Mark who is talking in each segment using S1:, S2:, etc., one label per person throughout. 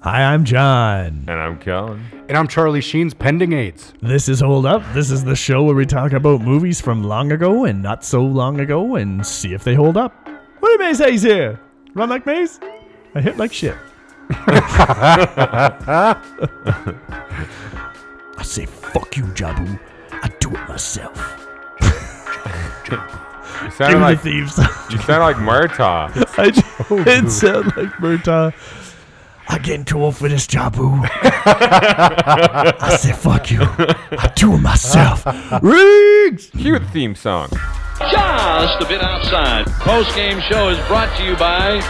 S1: Hi, I'm John.
S2: And I'm Colin.
S3: And I'm Charlie Sheen's pending AIDS.
S1: This is Hold Up. This is the show where we talk about movies from long ago and not so long ago and see if they hold up. What do Maze Hayes here? Run like Maze? I hit like shit. I say fuck you, Jabu. I do it myself.
S2: You
S1: Give
S2: sound
S1: me
S2: like
S1: the thieves.
S2: you sound like Murtaugh.
S1: I just,
S4: Oh,
S1: it sounded like Murtaugh. I getting too old for this job, boo. I said, fuck you. I do it myself. Riggs!
S2: Cue the theme song.
S5: just a bit outside. Post game show is brought to you by.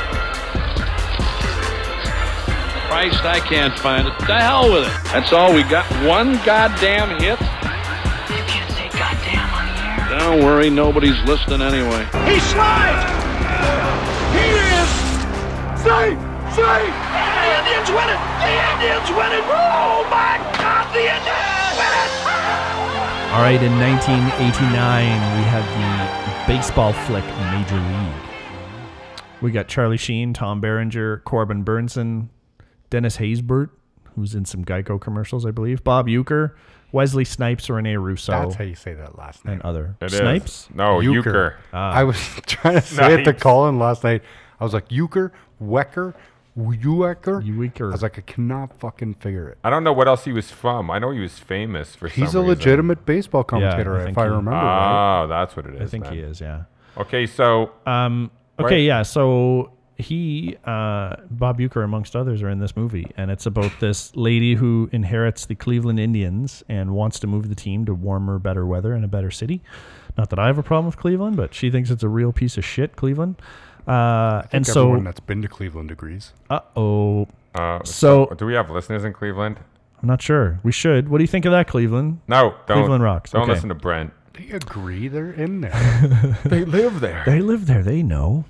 S5: Christ, I can't find it. The hell with it. That's all we got. One goddamn hit.
S6: You can't say goddamn on the air.
S5: Don't worry, nobody's listening anyway.
S7: He slides. He is safe. Safe. And the Indians win it. The Indians win it. Oh my God! The Indians win it.
S4: All right, in 1989, we had the baseball flick Major League.
S1: We got Charlie Sheen, Tom Berenger, Corbin Burnson, Dennis Haysbert, who's in some Geico commercials, I believe, Bob Euchre, Wesley Snipes, Renee Russo,
S3: That's how you say that last name.
S1: Oh. and other.
S2: It is.
S1: Snipes?
S2: No,
S3: Euchre.
S2: oh, Euchre.
S3: I was trying to say it to
S2: Nice.
S3: Colin last night. I was like, Euchre, Wecker, Wecker.
S1: Euchre.
S3: I was like, I cannot fucking figure it.
S2: I don't know what else he was from. I know he was famous for
S3: He's a
S2: some reason.
S3: legitimate baseball commentator,
S1: I think
S3: if I
S1: he-
S3: remember right.
S2: Oh, that's what it is.
S1: I think
S2: then.
S1: he is, yeah.
S2: Okay, so
S1: Um, okay,
S2: Right.
S1: yeah. So he, uh, Bob Euchre, amongst others, are in this movie, and it's about this lady who inherits the Cleveland Indians and wants to move the team to warmer, better weather and a better city. Not that I have a problem with Cleveland, but she thinks it's a real piece of shit, Cleveland. Uh,
S3: I
S1: and
S3: think everyone
S1: so,
S3: that's been to Cleveland agrees.
S1: uh oh.
S2: uh,
S1: So
S2: do we have listeners in Cleveland?
S1: I'm not sure. We should. What do you think of that, Cleveland?
S2: No, don't.
S1: Cleveland rocks,
S2: Don't
S1: okay.
S2: listen to Brent.
S3: They agree they're in there.
S2: They live there.
S1: They live there. They know.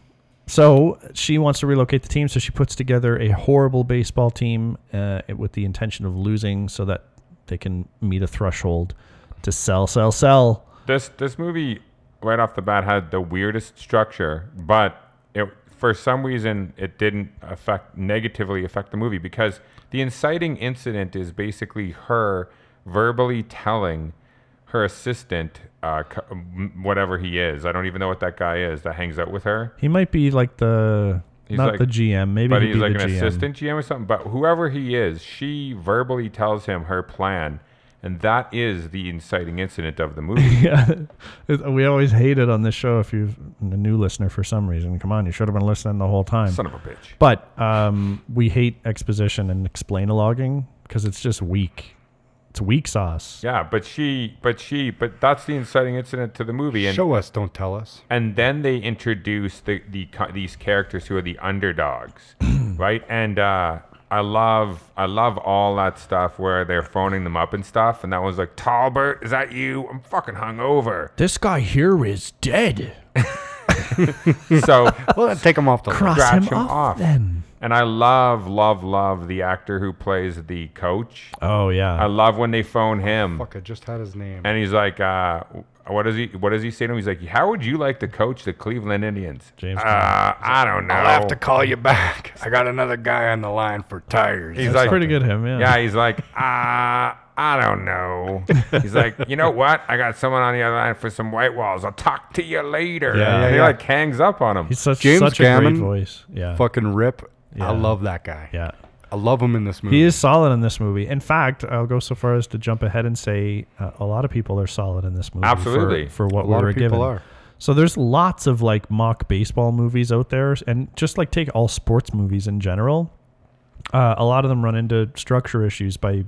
S1: So she wants to relocate the team. So she puts together a horrible baseball team uh, with the intention of losing so that they can meet a threshold to sell, sell, sell.
S2: This this movie right off the bat had the weirdest structure, but it for some reason it didn't affect negatively affect the movie because the inciting incident is basically her verbally telling her assistant uh, c- m- whatever he is. I don't even know what that guy is that hangs out with her.
S1: He might be like the,
S2: He's
S1: not
S2: like-
S1: the GM, maybe
S2: but
S1: he'd
S2: he's
S1: be
S2: like
S1: the
S2: an
S1: GM.
S2: assistant GM or something. But whoever he is, she verbally tells him her plan, and that is the inciting incident of the movie.
S1: Yeah, It- we always hate it on this show. If you're a new listener for some reason, come on, you should have been listening the whole time.
S2: Son of a bitch.
S1: But um, we hate exposition and explainalogging because it's just weak. It's weak sauce.
S2: Yeah, but she, but she, but that's the inciting incident to the movie, and
S3: Show us, don't tell us.
S2: and then they introduce the, the co- these characters who are the underdogs, right? And uh, I love I love all that stuff where they're phoning them up and stuff, and that one's like Talbert, is that you? I'm fucking hungover.
S1: This guy here is dead.
S2: So
S3: Well, then take them off the list.
S1: Cross
S2: scratch
S1: him,
S2: him
S1: off,
S2: off.
S1: then.
S2: And I love, love, love the actor who plays the coach.
S1: Oh
S2: I
S1: yeah.
S2: love when they phone him,
S3: Fuck, I just had his name.
S2: and he's like, uh, "What does he? What does he say to him?" He's like, "How would you like to coach the Cleveland Indians?"
S1: James
S2: Uh, I don't know.
S3: I'll have to call you back. I got another guy on the line for tires.
S2: He's
S3: That's
S2: like,
S1: Pretty good him, yeah.
S2: Yeah, he's like, uh, I don't know. He's like, you know what? I got someone on the other line for some white walls. I'll talk to you later.
S1: Yeah,
S2: and
S1: yeah,
S2: he
S3: yeah.
S2: like hangs up on him.
S1: He's such
S3: James
S1: such a
S3: Gammon?
S1: great voice. Yeah.
S3: fucking rip.
S1: Yeah.
S3: I love that guy.
S1: Yeah.
S3: I love him in this movie.
S1: He is solid in this movie. In fact, I'll go so far as to jump ahead and say uh, a lot of people are solid in this movie. for-
S2: Absolutely.
S1: For, what
S3: A
S1: we
S3: lot
S1: were
S3: of people
S1: given.
S3: are.
S1: So there's lots of like mock baseball movies out there, and just like take all sports movies in general. Uh, a lot of them run into structure issues by,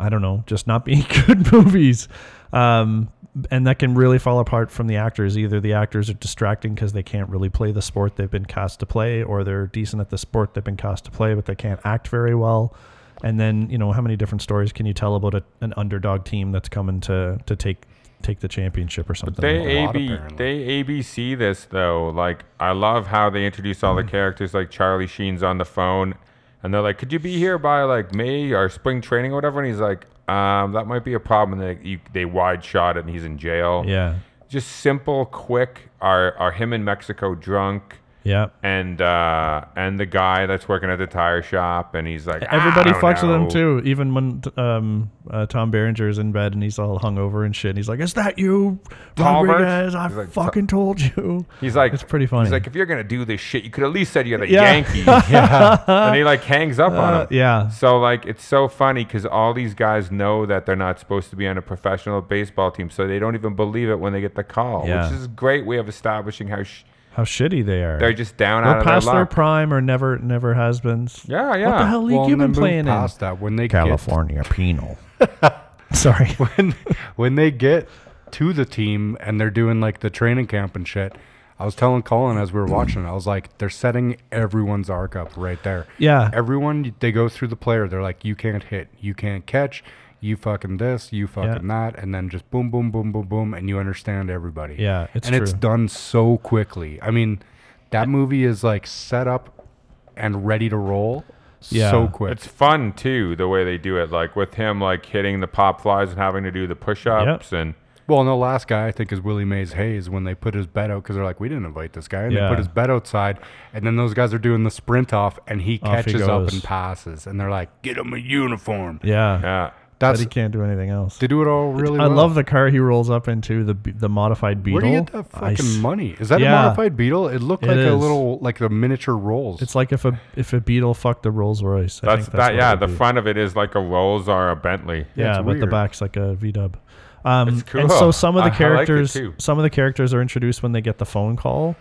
S1: I don't know, just not being good movies, um, and that can really fall apart from the actors. Either the actors are distracting because they can't really play the sport they've been cast to play, or they're decent at the sport they've been cast to play, but they can't act very well. And then you know how many different stories can you tell about a, an underdog team that's coming to to take take the championship or something? like that?
S2: They
S3: lot,
S2: AB
S3: apparently.
S2: they ABC this though. Like I love how they introduce all the
S1: Mm.
S2: characters. Like Charlie Sheen's on the phone, and they're like, "Could you be here by like May or spring training or whatever?" And he's like, "Um, that might be a problem." And they, you, they wide shot it, and he's in jail.
S1: Yeah.
S2: Just simple, quick. Are are him in Mexico drunk?
S1: Yeah.
S2: and uh, and the guy that's working at the tire shop, and he's like, "Ah,
S1: Everybody
S2: "I don't
S1: fucks with
S2: know."
S1: him too, even when um, uh, Tom Berenger's in bed and he's all hungover and shit. And he's like, "Is that you,
S2: Talbert?"
S1: Rodriguez? I
S2: He's like, "Ta-
S1: fucking told you."
S2: He's like,
S1: It's pretty funny.
S2: He's like, if you're gonna do this shit, you could at least said you're the
S1: Yeah. Uh,
S2: Yankee. yeah. And he like hangs up on him.
S1: yeah.
S2: So like, it's so funny because all these guys know that they're not supposed to be on a professional baseball team, so they don't even believe it when they get the call,
S1: Yeah.
S2: which is a great way of establishing how sh-
S1: How shitty they are.
S2: they're just down
S1: They're
S2: out of their
S1: past their,
S2: luck.
S1: prime or never never has been.
S2: yeah, yeah.
S1: What the hell league
S3: Well,
S1: you
S3: and then
S1: been
S3: move
S1: playing in?
S3: past that when they
S1: Penal. Sorry.
S3: get when, when they get to the team and they're doing like the training camp and shit. I was telling Colin as we were watching, it, I was like, they're setting everyone's arc up right there.
S1: Yeah.
S3: Everyone they go through the player, they're like, you can't hit, you can't catch, you fucking this, you fucking that, and then just boom, boom, boom, boom, boom, and you understand everybody.
S1: Yeah, it's
S3: and it's
S1: true.
S3: done so quickly. I mean, that movie is like set up and ready to roll
S1: Yeah.
S3: so quick.
S2: It's fun too the way they do it, like with him like hitting the pop flies and having to do the push-ups and
S3: Well, and the last guy I think is Willie Mays Hayes when they put his bed out because they're like, we didn't invite this guy, and
S1: Yeah.
S3: they put his bed outside, and then those guys are doing the sprint off, and he
S1: Off he
S3: catches up
S1: goes.
S3: and passes, and they're like, get him a uniform.
S1: Yeah.
S2: yeah.
S1: But
S3: That's
S1: he can't do anything else.
S3: they do it all really.
S1: I
S3: well.
S1: love the car he rolls up into the be- the modified Beetle.
S3: Where do you get that
S1: I
S3: fucking
S1: s-
S3: money? Is that
S1: Yeah.
S3: a modified Beetle? It looked
S1: It
S3: like a
S1: is.
S3: little like the miniature rolls.
S1: It's like if a if a Beetle fucked the Rolls Royce. I
S2: That's,
S1: think
S2: that.
S1: what
S2: Yeah,
S1: it
S2: the
S1: would be.
S2: front of it is like a Rolls or a Bentley.
S1: Yeah,
S3: it's
S1: but the
S3: weird.
S1: back's like a V Dub. Um,
S2: It's
S1: And so
S2: cool.
S1: some of
S2: I- I
S1: the
S2: like it
S1: characters,
S2: too.
S1: some of the characters are introduced when they get the phone call,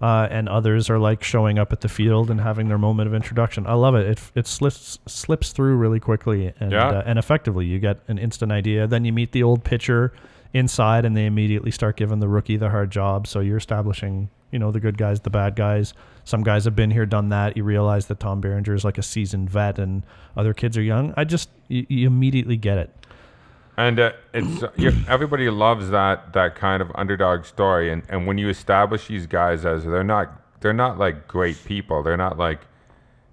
S1: uh, and others are like showing up at the field and having their moment of introduction. I love it. It it slips slips through really quickly and
S2: Yeah.
S1: uh, and effectively. You get an instant idea. Then you meet the old pitcher inside, and they immediately start giving the rookie the hard job. So you're establishing. You know the good guys, the bad guys. Some guys have been here, done that. You realize that Tom Berenger is like a seasoned vet, and other kids are young. I just you, you immediately get it.
S2: And uh, it's you everybody loves that that kind of underdog story. And and when you establish these guys as they're not they're not like great people. They're not like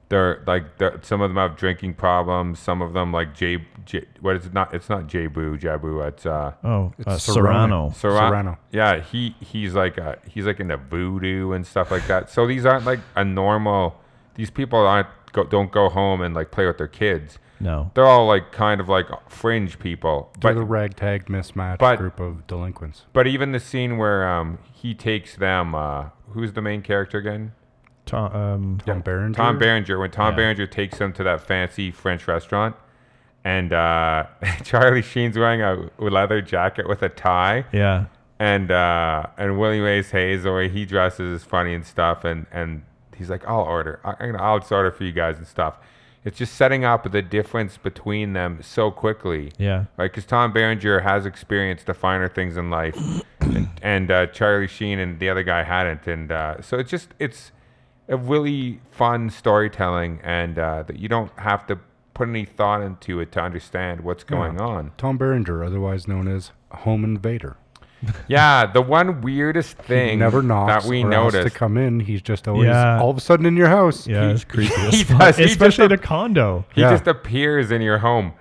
S2: they're like they're, some of them have drinking problems. Some of them like Jay. Jay what is it? Not it's not Jay Boo Jabu. It's uh.
S1: Oh, uh, Serrano.
S3: Serrano.
S2: Serra-
S3: Serrano.
S2: Yeah, he he's like a, he's like into voodoo and stuff like that. So these aren't like a normal. These people aren't go, don't go home and like play with their kids.
S1: No.
S2: They're all like kind of like fringe people.
S3: They're
S2: But
S3: the ragtag mismatch
S2: but-
S3: group of delinquents.
S2: but even the scene where um he takes them uh who's the main character again?
S1: Tom, um,
S3: Tom Berenger.
S2: Tom Berenger. When Tom
S1: Yeah.
S2: Berenger takes them to that fancy French restaurant. And uh, Charlie Sheen's wearing a leather jacket with a tie.
S1: yeah.
S2: and uh, and Willie Mays Hayes the way he dresses is funny and stuff, and and he's like, I'll order, I- I'm gonna, I'll just order for you guys and stuff. It's just setting up the difference between them so quickly,
S1: Yeah.
S2: right? Because Tom Berenger has experienced the finer things in life, and, and uh, Charlie Sheen and the other guy hadn't, and uh, so it's just it's a really fun storytelling, and uh, that you don't have to put any thought into it to understand what's going on.
S3: Tom Berenger, otherwise known as Home Invader.
S2: Yeah, the one weirdest
S3: He
S2: thing
S3: never knocks
S2: that we
S3: or asks
S2: noticed.
S3: to come in. He's just always
S1: Yeah.
S3: all of a sudden in your house.
S1: Yeah,
S3: He-
S1: it's creepy
S2: he
S1: as fuck.
S2: does- he just
S1: Especially in a
S2: ap-
S1: condo.
S2: He
S3: Yeah.
S2: just appears in your home.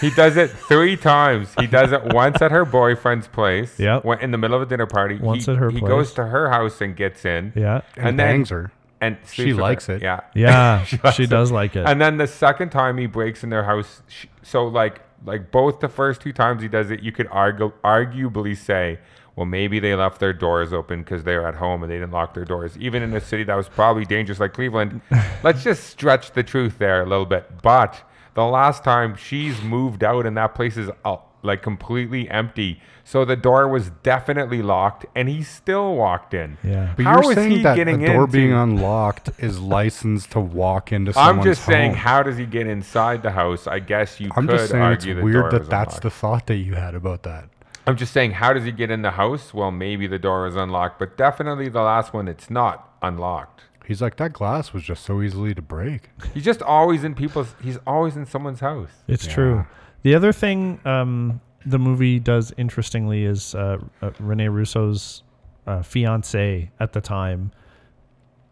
S2: He does it three times. He does it once at her boyfriend's place.
S1: Yep.
S2: when- In the middle of a dinner party.
S1: Once
S2: he,
S1: at her
S2: He goes
S1: place.
S2: to her house and gets in.
S1: Yeah.
S3: and,
S2: And then-
S3: bangs her.
S2: And
S3: She
S2: sleeps with
S3: likes
S2: her.
S3: it.
S2: Yeah.
S1: Yeah. she does like it.
S2: And then the second time he breaks in their house, sh so like like both the first two times he does it, you could argue arguably say, well, maybe they left their doors open because they were at home and they didn't lock their doors, even in a city that was probably dangerous like Cleveland. Let's just stretch the truth there a little bit. But the last time she's moved out and that place is uh, like completely empty, so the door was definitely locked, and he still walked in.
S1: Yeah.
S3: But
S2: How
S3: you're
S2: is
S3: saying
S2: he
S3: that
S2: getting
S3: the door
S2: into-
S3: being unlocked is licensed to walk into
S2: I'm
S3: someone's
S2: just saying,
S3: home.
S2: how does he get inside the house? I guess you
S3: I'm
S2: could
S3: just saying it's
S2: argue the door was
S3: weird that that's the
S2: unlocked.
S3: thought that you had about that.
S2: I'm just saying, how does he get in the house? Well, maybe the door is unlocked, but definitely the last one, it's not unlocked.
S3: He's like that glass was just so easily to break.
S2: He's just always in people's. He's always in someone's house.
S1: It's true. The other thing um, the movie does interestingly is uh, uh, Rene Russo's uh, fiance at the time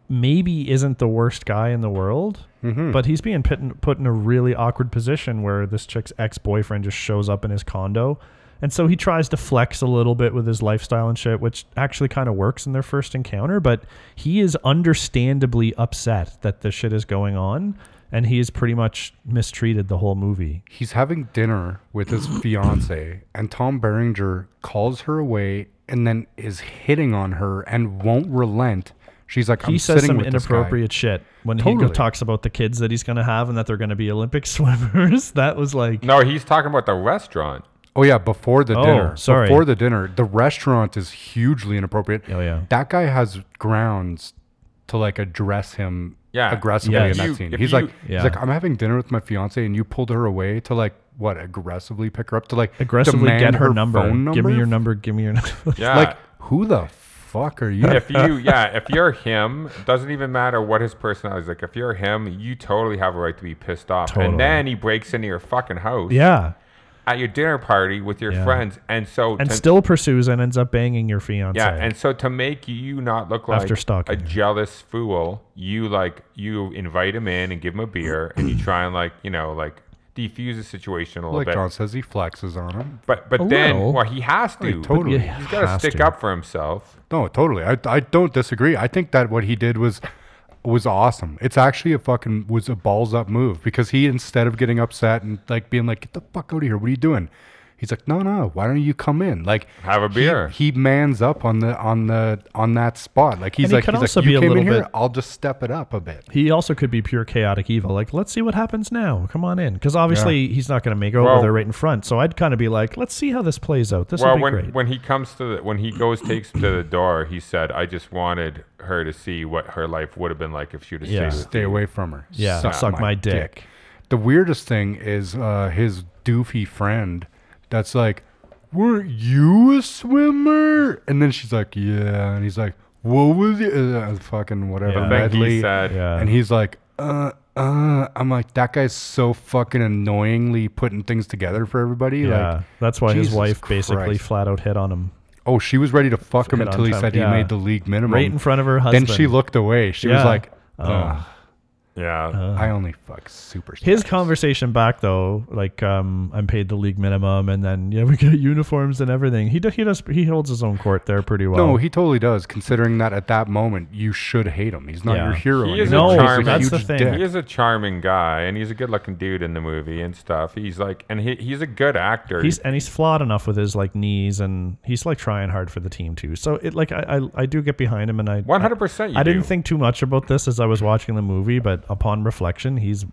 S1: maybe isn't the worst guy in the world,
S3: Mm-hmm.
S1: but he's being put in, put in a really awkward position where this chick's ex boyfriend just shows up in his condo. And so he tries to flex a little bit with his lifestyle and shit, which actually kind of works in their first encounter. But he is understandably upset that this shit is going on, and he is pretty much mistreated the whole movie.
S3: He's having dinner with his fiance, and Tom Berenger calls her away and then is hitting on her and won't relent. She's like, I'm
S1: he says
S3: sitting
S1: some
S3: with this guy."
S1: inappropriate shit when he go-
S3: Totally.
S1: talks about the kids that he's going to have and that they're going to be Olympic swimmers. that was like,
S2: No, he's talking about the restaurant.
S3: Oh yeah, before the
S1: Oh,
S3: dinner.
S1: sorry.
S3: Before the dinner, the restaurant is hugely inappropriate.
S1: Oh, yeah.
S3: That guy has grounds to like address him
S2: Yeah.
S3: aggressively
S1: Yeah.
S3: in that
S2: You-
S3: scene.
S2: if
S3: He's
S2: you-
S3: like
S1: Yeah.
S3: he's like, I'm having dinner with my fiance and you pulled her away to like what, aggressively pick her up to like
S1: aggressively
S3: demand
S1: get her, number.
S3: phone
S1: Give me your number. Give me your number.
S2: Yeah.
S3: Like, who the fuck are you?
S2: if you yeah, if you're him, it doesn't even matter what his personality is. Like if you're him, you totally have a right to be pissed off.
S1: Totally.
S2: And then he breaks into your fucking house
S1: yeah.
S2: at your dinner party with your
S1: Yeah.
S2: friends and so
S1: And
S2: to-
S1: still pursues and ends up banging your fiance.
S2: yeah, and so to make you not look like
S1: After stalking
S2: a
S1: her.
S2: jealous fool, you like you invite him in and give him a beer, and you try and like you know like defuse the situation a little
S3: like
S2: bit.
S3: John says, he flexes on him.
S2: But but
S1: A
S2: then
S1: little.
S2: well he has to
S3: Like,
S2: But
S3: totally.
S1: Yeah,
S2: He's got to
S1: has
S2: stick
S1: to.
S2: up for himself.
S3: No, totally. I, I don't disagree. I think that what he did was was awesome. It's actually a fucking was a balls up move because he instead of getting upset and like being like, get the fuck out of here, what are you doing? He's like, no, no, why don't you come in? Like
S2: Have a
S3: he-
S2: beer.
S3: He, mans up on the on the on that spot. Like he's
S1: And he
S3: like,
S1: can
S3: he's
S1: also
S3: like,
S1: be
S3: you
S1: a
S3: came in
S1: little
S3: here,
S1: bit-
S3: I'll just step it up a bit.
S1: He also could be pure chaotic evil. Like, let's see what happens now. Come on in. Because obviously he's not going to make over
S2: Well-
S1: there right in front. So I'd kind of be like, let's see how this plays out. This will
S2: well
S1: be
S2: when
S1: great.
S2: when he comes to the, when he goes takes him to the door, he said, "I just wanted her to see what her life would have been like if she would have
S1: Yeah.
S2: stayed." with
S3: Stay away from her.
S1: Yeah, suck my dick.
S3: The weirdest thing is uh, his doofy friend that's like, Weren't you a swimmer? And then she's like, Yeah. And he's like, What was it? Uh, fucking whatever.
S1: Yeah.
S2: I think
S3: medley.
S2: he said,
S1: Yeah.
S3: And he's like, Uh, uh. I'm like, That guy's so fucking annoyingly putting things together for everybody.
S1: yeah.
S3: Like,
S1: That's why his
S3: Jesus
S1: wife basically
S3: Christ.
S1: flat out hit on him.
S3: oh, she was ready to fuck him
S1: Hit on
S3: until he
S1: time.
S3: said
S1: Yeah.
S3: he made the league minimum.
S1: Right in front of her
S3: Then
S1: husband.
S3: she looked away. She
S1: Yeah.
S3: was like,
S1: Oh.
S3: "Ugh,
S2: "Yeah,
S1: Uh, Uh-huh.
S3: I only fuck superstars.
S1: His conversation back though, like um, I'm paid the league minimum, and then yeah, we get uniforms and everything. He do, he does he holds his own court there pretty well.
S3: No, he totally does. Considering that at that moment you should hate him. He's not
S1: Yeah.
S3: your hero.
S2: He is
S3: anymore.
S2: a
S3: He's
S2: charming-
S1: that's the thing.
S2: He is a charming guy, and he's a good-looking dude in the movie and stuff. He's like, and he, he's a good actor.
S1: he's and he's flawed enough with his like knees, and he's like trying hard for the team too. So it like I I, I do get behind him, and I
S2: 100%. You
S1: I didn't
S2: do.
S1: think too much about this as I was watching the movie, but upon reflection, he's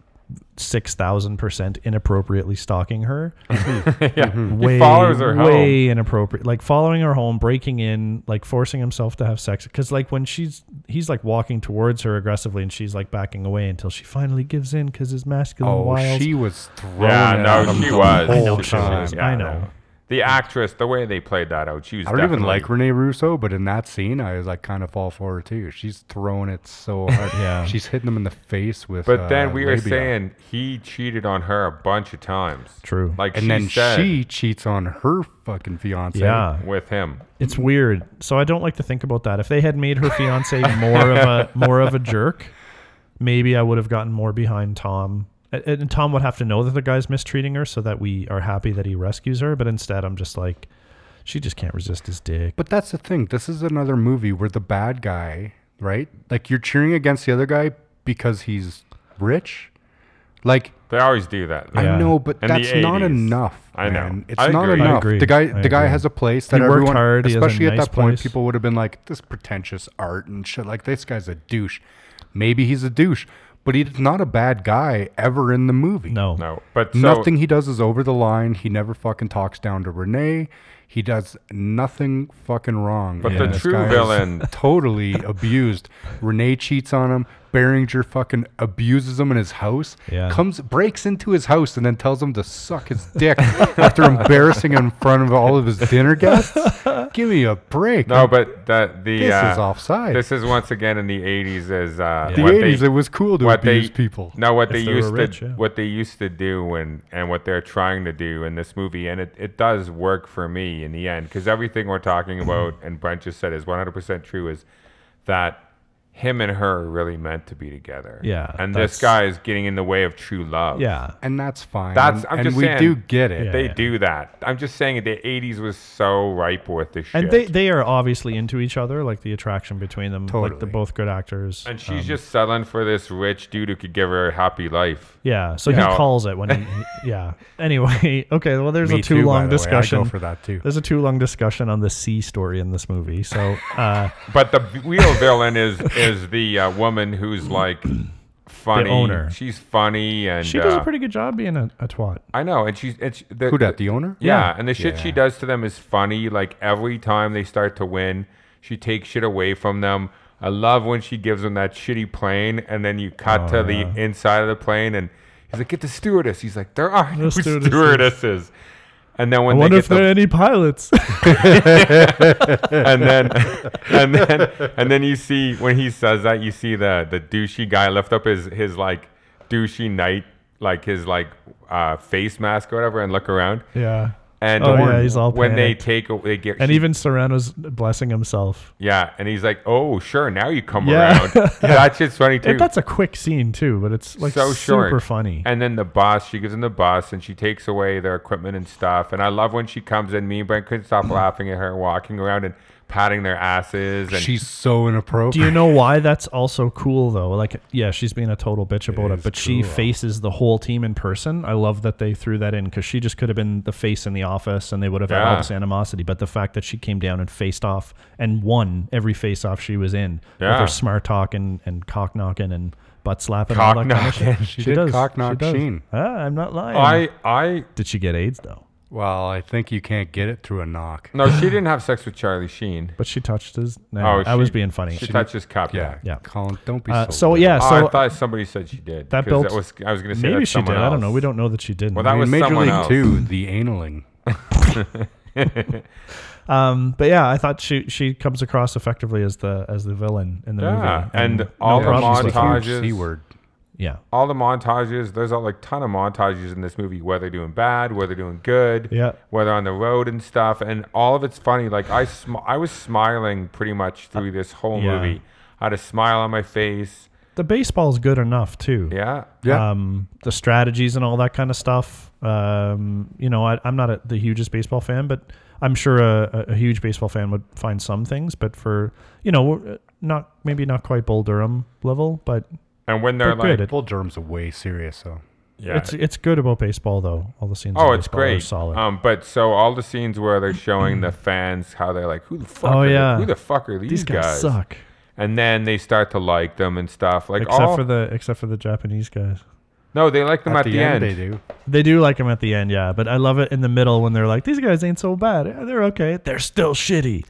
S1: six thousand percent inappropriately stalking her.
S2: yeah.
S1: way,
S2: he follows her home.
S1: way inappropriate. Like following her home, breaking in, like forcing himself to have sex. Because like when she's he's like walking towards her aggressively, and she's like backing away until she finally gives in because his masculine
S3: Oh,
S1: wiles.
S3: she was thrown.
S2: Yeah,
S3: at
S2: no,
S3: him
S2: she
S3: the
S2: was.
S1: I know
S3: whole
S1: she
S3: time.
S1: was.
S2: Yeah,
S1: I know.
S2: The actress, the way they played that out, she was
S3: I don't even
S2: definitely-
S3: like Renee Russo, but in that scene, I was like kind of fall for her too. She's throwing it so hard.
S1: Yeah.
S3: she's hitting him in the face with.
S2: But then
S3: uh,
S2: we were
S3: labia.
S2: saying he cheated on her a bunch of times.
S1: True.
S2: Like
S3: and
S2: she
S3: then
S2: said
S3: she cheats on her fucking fiance.
S1: yeah,
S2: with him.
S1: it's weird. So I don't like to think about that. If they had made her fiance more of a more of a jerk, maybe I would have gotten more behind Tom. A- And Tom would have to know that the guy's mistreating her, so that we are happy that he rescues her. But instead, I'm just like, she just can't resist his dick.
S3: But that's the thing. This is another movie where the bad guy, right? Like you're cheering against the other guy because he's rich. Like
S2: They always do that.
S1: Yeah.
S3: I know, but
S2: In the
S3: that's not
S2: 80s.
S3: enough.
S2: I know.
S3: man. It's
S2: I
S3: not
S2: agree. I
S3: enough.
S1: agree.
S3: The guy,
S1: I
S3: the guy
S1: agree.
S3: has a place that
S1: He worked
S3: everyone,
S1: hard. He has a
S3: especially at
S1: nice
S3: that point,
S1: place.
S3: people would have been like, "This pretentious art and shit. Like this guy's a douche. Maybe he's a douche, but he's not a bad guy ever in the movie.
S1: No.
S2: No. But so,
S3: Nothing he does is over the line. He never fucking talks down to Renee. He does nothing fucking wrong.
S2: But
S3: And
S2: the
S3: this
S2: true
S3: guy is
S2: villain-
S3: totally abused. Renee cheats on him. Beringer fucking abuses him in his house.
S1: Yeah.
S3: Comes breaks into his house and then tells him to suck his dick after embarrassing him in front of all of his dinner guests. Give me a break.
S2: No, but that the
S3: This
S2: uh,
S3: is offside.
S2: This is once again in the '80s. Is uh,
S3: the
S2: what they-
S3: eighties it was cool to abuse people.
S2: No, what they
S1: they were
S2: used
S1: rich,
S2: to
S1: yeah.
S2: what they used to do and and what they're trying to do in this movie, and it, it does work for me in the end because everything we're talking about and Brent just said is 100 percent true. Is that him and her are really meant to be together.
S1: Yeah,
S2: And
S1: that's-
S2: this guy is getting in the way of true love.
S1: Yeah.
S3: and that's fine.
S2: That's-
S3: and
S2: I'm
S3: and
S2: just
S3: we
S2: saying-
S3: do get it.
S1: Yeah.
S2: They do that. I'm just saying the 80s was so ripe with this shit.
S1: And they, they are obviously into each other, like the attraction between them. Like they're
S3: Totally.
S1: both good actors. Um,
S2: and she's just settling for this rich dude who could give her a happy life.
S1: yeah. So he
S2: Yeah.
S1: calls it when he, he- yeah. Anyway, okay, well there's
S3: Me
S1: a too,
S3: too, by
S1: long
S3: the way. I go
S1: discussion.
S3: for that, too.
S1: There's a too long discussion on the C story in this movie. So uh
S2: But the real villain is is the uh, woman who's like funny.
S1: owner.
S2: She's funny and
S1: she does a
S2: uh,
S1: pretty good job being a, a twat.
S2: I know, and she's it's the,
S3: Who that? The owner?
S2: Yeah, and the shit she
S3: Yeah.
S2: does to them is funny. Like every time they start to win, she takes shit away from them. I love when she gives them that shitty plane, and then you cut to
S1: Oh,
S2: the inside of the plane, and he's like, "Get the stewardess." He's like, "There are no
S1: stewardesses."
S2: stewardesses." And then
S1: I
S2: when they
S1: wonder
S2: get
S1: if there are
S2: the,
S1: any pilots.
S2: and then and then and then you see when he says that you see the the douchey guy lift up his his like douchey knight like his like uh, face mask or whatever and look around
S1: yeah.
S2: and
S1: Oh, yeah, he's all
S2: when
S1: panicked.
S2: they take a- they get
S1: And
S2: she-
S1: even Serrano's blessing himself.
S2: yeah and he's like oh sure now you come
S1: Yeah.
S2: around that shit's funny too
S1: It, that's a quick scene too, but it's like
S2: so
S1: super
S2: short.
S1: funny.
S2: And then the bus, she gives him the bus and she takes away their equipment and stuff. And I love when she comes in, me and Brent couldn't stop laughing at her walking around and patting their asses. And
S3: She's so
S1: Do
S3: inappropriate.
S1: you know why that's also cool though? Like, yeah, she's being a total bitch about it,
S3: is
S1: but she
S3: cool.
S1: faces the whole team in person. I love that they threw that in because she just could have been the face in the office, and they would have had all
S2: Yeah.
S1: this animosity. But the fact that she came down and faced off and won every face off she was in, with
S2: Yeah.
S1: her smart talk and, and cock knocking and butt slapping,
S2: Cock
S1: and all that kind of shit.
S2: knocking.
S3: She did cock knock
S1: does.
S3: Sheen.
S1: Ah, I'm not lying.
S2: I, I,
S1: Did she get AIDS though?
S3: Well, I think you can't get it through a knock.
S2: no, she didn't have sex with Charlie Sheen.
S1: But she touched his. No,
S2: Oh,
S1: I was
S2: she-
S1: being funny.
S2: She touched his cup.
S3: Yeah,
S1: Yeah.
S3: Colin, don't be
S1: Uh,
S3: so.
S1: so
S3: weird.
S1: yeah,
S2: Oh,
S1: so
S2: I thought somebody said she did.
S1: That
S2: 'cause
S1: built-
S2: was, I was going to say
S1: maybe
S2: that's
S1: she did.
S2: someone
S1: I don't know.
S2: else.
S1: We don't know that she did.
S2: Well, that
S3: I
S2: was
S3: mean, Major
S2: someone
S3: League
S2: else.
S3: Two, the analing.
S1: Um, But yeah, I thought she she comes across effectively as the as the villain in the
S2: Yeah,
S1: movie.
S2: and all the
S1: problems with her.
S2: montages,
S3: C word.
S1: Yeah.
S2: all the montages. There's a like ton of montages in this movie, where they're doing bad, where they're doing good,
S1: Yeah.
S2: where they're on the road and stuff, and all of it's funny. Like I, sm- I was smiling pretty much through this whole
S1: yeah.
S2: movie. I had a smile on my face.
S1: The baseball's good enough too.
S2: Yeah,
S3: Yeah,
S1: Um, the strategies and all that kind of stuff. Um, you know, I, I'm not a, the hugest baseball fan, but I'm sure a, a- a huge baseball fan would find some things. But for you know, we're not maybe not quite Bull Durham level, but
S2: and when they're
S1: But good,
S2: like,
S1: it-
S3: Bull Durham's a way serious though.
S2: yeah,
S1: it's it's good about baseball though. All the scenes.
S2: oh,
S1: in
S2: it's
S1: baseball are
S2: great.
S1: Solid.
S2: Um, but so all the scenes where they're showing the fans how they're like, who the fuck?
S1: Oh,
S2: are they-
S1: yeah.
S2: who the fuck are these,
S1: These guys, suck,
S2: And then they start to like them and stuff. Like
S1: except
S2: all
S1: for the except for the Japanese guys.
S2: no, they like them at, the, end.
S3: they do.
S1: They do like him at the end, yeah. But I love it in the middle when they're like, "These guys ain't so bad. Yeah, They're okay. They're still shitty."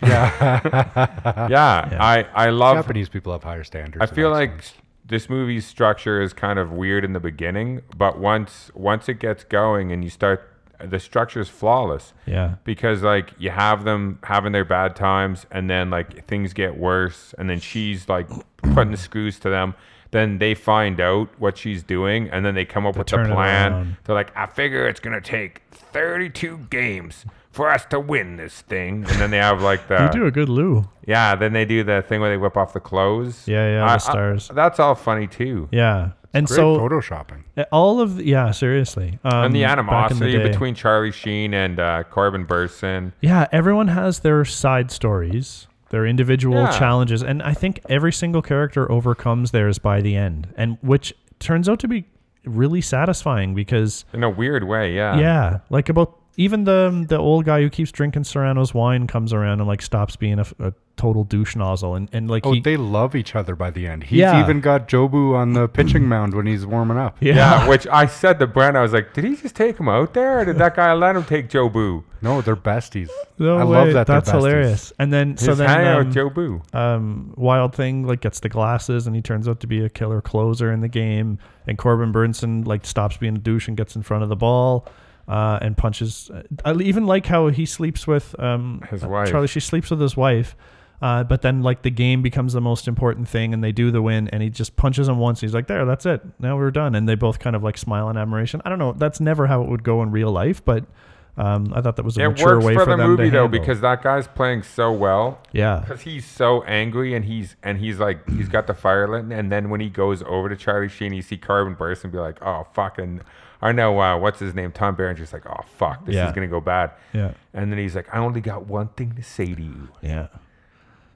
S2: Yeah, I I love.
S3: Japanese people have higher standards.
S2: I
S3: in
S2: feel
S3: that
S2: like
S3: sense.
S2: this movie's structure is kind of weird in the beginning, but once once it gets going and you start, the structure is flawless.
S1: Yeah.
S2: Because like you have them having their bad times, and then like things get worse, and then she's like putting the screws to them. Then they find out what she's doing, and then they come up with the
S1: turn it
S2: plan.
S1: around.
S2: They're like, "I figure it's gonna take 32 games for us to win this thing," and then they have like the
S1: You do a good Lou.
S2: yeah, then they do the thing where they whip off the clothes.
S1: Yeah, yeah, the stars.
S2: that's all funny too.
S1: Yeah. And
S3: Great
S1: so
S3: photoshopping.
S1: uh, all of the, yeah, seriously. Um,
S2: And the
S1: back in
S2: animosity
S1: day.
S2: between Charlie Sheen and uh, Corbin Burson.
S1: Yeah, everyone has their side stories, their individual
S2: Yeah.
S1: challenges, and I think every single character overcomes theirs by the end, and which turns out to be really satisfying because
S2: In a weird way, yeah.
S3: Um,
S1: Yeah, like about even the the old guy who keeps drinking Serrano's wine comes around and like stops being a, f- a total douche nozzle and and like
S3: Oh,
S1: he,
S3: they love each other by the end. He's
S1: Yeah.
S3: even got Jobu on the pitching mound when he's warming up.
S1: yeah,
S2: Yeah, which I said to Brent, I was like, did he just take him out there? Or did that guy let him take Joe Boo?
S3: No, they're besties.
S1: No
S3: I
S1: way,
S3: love that. they're
S1: That's
S3: besties.
S1: hilarious. And then so
S2: Just hang
S1: then
S2: out
S1: um,
S2: with Joe Boo.
S1: um, Wild Thing like gets the glasses and he turns out to be a killer closer in the game. And Corbin Burnson like stops being a douche and gets in front of the ball. Uh, and punches. I even like how he sleeps with um,
S2: His
S1: uh,
S2: wife.
S1: Charlie. She sleeps with his wife, uh, but then like the game becomes the most important thing, and they do the win. And he just punches him once. He's like, "There, that's it. Now we're done." And they both kind of like smile in admiration. I don't know. That's never how it would go in real life, but Um, I thought that was a
S2: It
S1: mature
S2: works
S1: way
S2: for
S1: for
S2: the
S1: them
S2: movie
S1: to
S2: though
S1: handle.
S2: because that guy's playing so well.
S1: yeah,
S2: Because he's so angry and he's and he's like he's got the fire lit and then when he goes over to Charlie Sheen, you see Carbon burst and be like, oh fucking, I know uh, what's his name, Tom Berenger's like, oh fuck, this
S1: Yeah.
S2: is gonna go bad.
S1: Yeah.
S2: And then he's like, I only got one thing to say to you.
S1: yeah.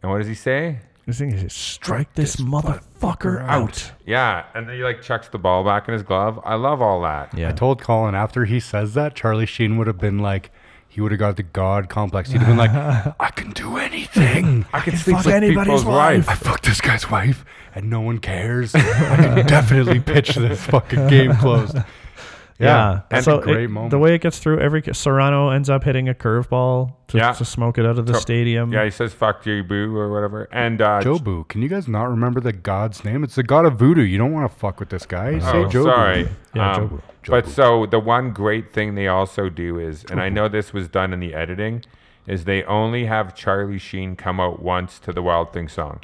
S2: And what does he say?
S1: This thing is strike this motherfucker out.
S2: Yeah. And then he like chucks the ball back in his glove. I love all that.
S1: Yeah.
S3: I told Colin after he says that, Charlie Sheen would have been like, he would have got the God complex. He'd have been like, I can do anything.
S2: I can,
S1: fuck anybody's wife.
S3: I fucked this guy's wife and no one cares. I can definitely pitch this fucking game closed. Yeah. That's
S1: so
S3: a great
S1: it-
S3: moment.
S1: The way it gets through every Serrano ends up hitting a curveball to,
S2: Yeah.
S1: to smoke it out of the
S2: So-
S1: stadium.
S2: Yeah, he says fuck Jerry Boo or whatever. And uh,
S3: Jobu, can you guys not remember the god's name? It's the god of voodoo. You don't want to fuck with this guy. Say
S2: Oh,
S3: Jobu.
S2: sorry.
S1: Yeah,
S2: Um,
S1: Jobu.
S2: But so the one great thing they also do is, and I know this was done in the editing, is they only have Charlie Sheen come out once to the Wild Thing song.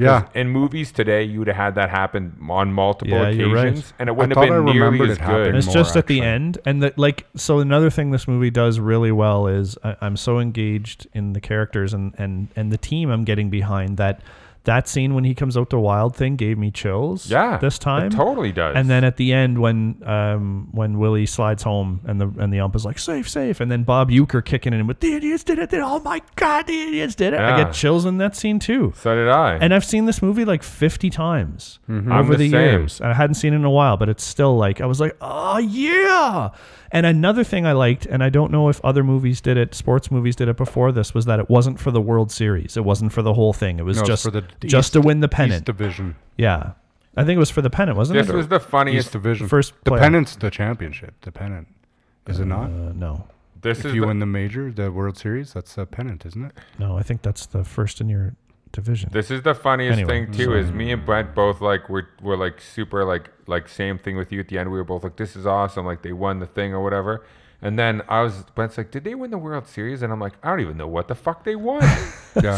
S2: 'Cause
S3: Yeah.
S2: In movies today, you would have had that happen on multiple
S1: Yeah, you're
S2: occasions,
S1: right.
S2: and it
S3: I
S2: wouldn't
S3: thought
S2: have
S3: I
S2: been nearly
S3: remembered
S2: as
S3: it happened.
S2: good.
S1: And it's
S3: more,
S1: just at the
S3: actually.
S1: end, and that like so. Another thing this movie does really well is I, I'm so engaged in the characters and and and the team I'm getting behind that that scene when he comes out to Wild Thing gave me chills.
S2: yeah.
S1: this time
S2: It totally does.
S1: And then at the end, when um, when Willie slides home and the and the ump is like safe, safe, and then Bob Euchre kicking in with the idiots did it. Did, oh my god, the idiots did it. I
S2: Yeah.
S1: get chills in that scene too.
S2: so did I.
S1: And I've seen this movie like 50 times
S2: Mm-hmm. I'm
S1: over the,
S2: the same.
S1: years. I hadn't seen it in a while, but it's still like I was like, oh yeah. And another thing I liked, and I don't know if other movies did it, sports movies did it before this, was that it wasn't for the World Series. It wasn't for the whole thing. It was
S3: No, it's
S1: just
S3: for the
S1: just
S3: East-
S1: to win the
S3: East
S1: pennant.
S3: Division.
S1: yeah, I think it was for the pennant, wasn't
S2: this
S1: it?
S2: was the
S3: East
S2: funniest.
S3: Division.
S1: first
S3: the
S1: player.
S3: pennant's the championship. The pennant. Is it not?
S1: uh, no,
S2: This
S3: if
S2: is
S3: you
S2: the-
S3: win the major, the World Series, that's a pennant, isn't it?
S1: no, I think that's the first in your division.
S2: This is the funniest
S1: Anyway,
S2: thing too is me
S3: Mm.
S2: and Brent both like were were like super like like same thing with you at the end. We were both like, This is awesome, like they won the thing or whatever. And then I was Brent's like, Did they win the World Series? And I'm like, I don't even know what the fuck they won.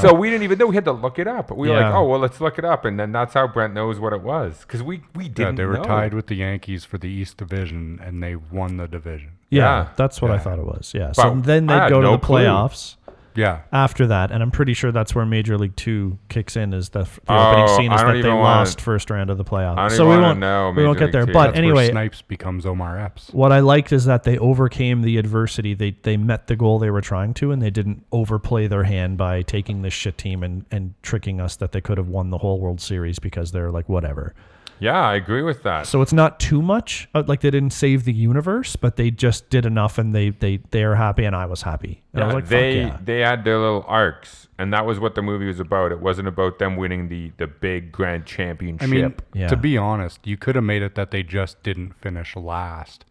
S2: So we didn't even know. We had to look it up. We were like,
S1: Uh. Yeah.
S2: Oh well let's look it up and then that's how Brent knows what it was. Because we, we
S3: Yeah,
S2: didn't
S3: they were
S2: know.
S3: tied with the Yankees for the East Division, and they won the division.
S1: yeah,
S2: yeah.
S1: that's what I
S3: Yeah.
S1: thought it was. Yeah. So
S2: But
S1: then
S2: I
S1: they
S2: had
S1: go to
S2: no
S1: the
S2: clue.
S1: playoffs.
S3: Yeah,
S1: after that, and I'm pretty sure that's where Major League Two kicks in. Is the, the opening
S2: Oh,
S1: scene
S2: I
S1: is
S2: don't
S1: that they
S2: even wanna-
S1: lost first round of the playoffs.
S2: I don't
S1: so
S2: even
S1: we
S2: wanna
S1: won't
S2: know
S1: we won't
S2: Major
S1: get there.
S2: League Two.
S1: But
S2: That's
S3: where
S1: anyway,
S3: Snipes becomes Omar Epps.
S1: what I liked is that they overcame the adversity. They they met the goal they were trying to, and they didn't overplay their hand by taking this shit team and and tricking us that they could have won the whole World Series because they're like whatever.
S2: Yeah, I agree with that.
S1: So it's not too much. uh, Like they didn't save the universe, but they just did enough, and they they they are happy, and I was happy. And I was like, fuck
S2: they
S1: yeah.
S2: they had their little arcs, and that was what the movie was about. It wasn't about them winning the the big grand championship.
S3: I mean,
S1: Yeah.
S3: to be honest, you could have made it that they just didn't finish last,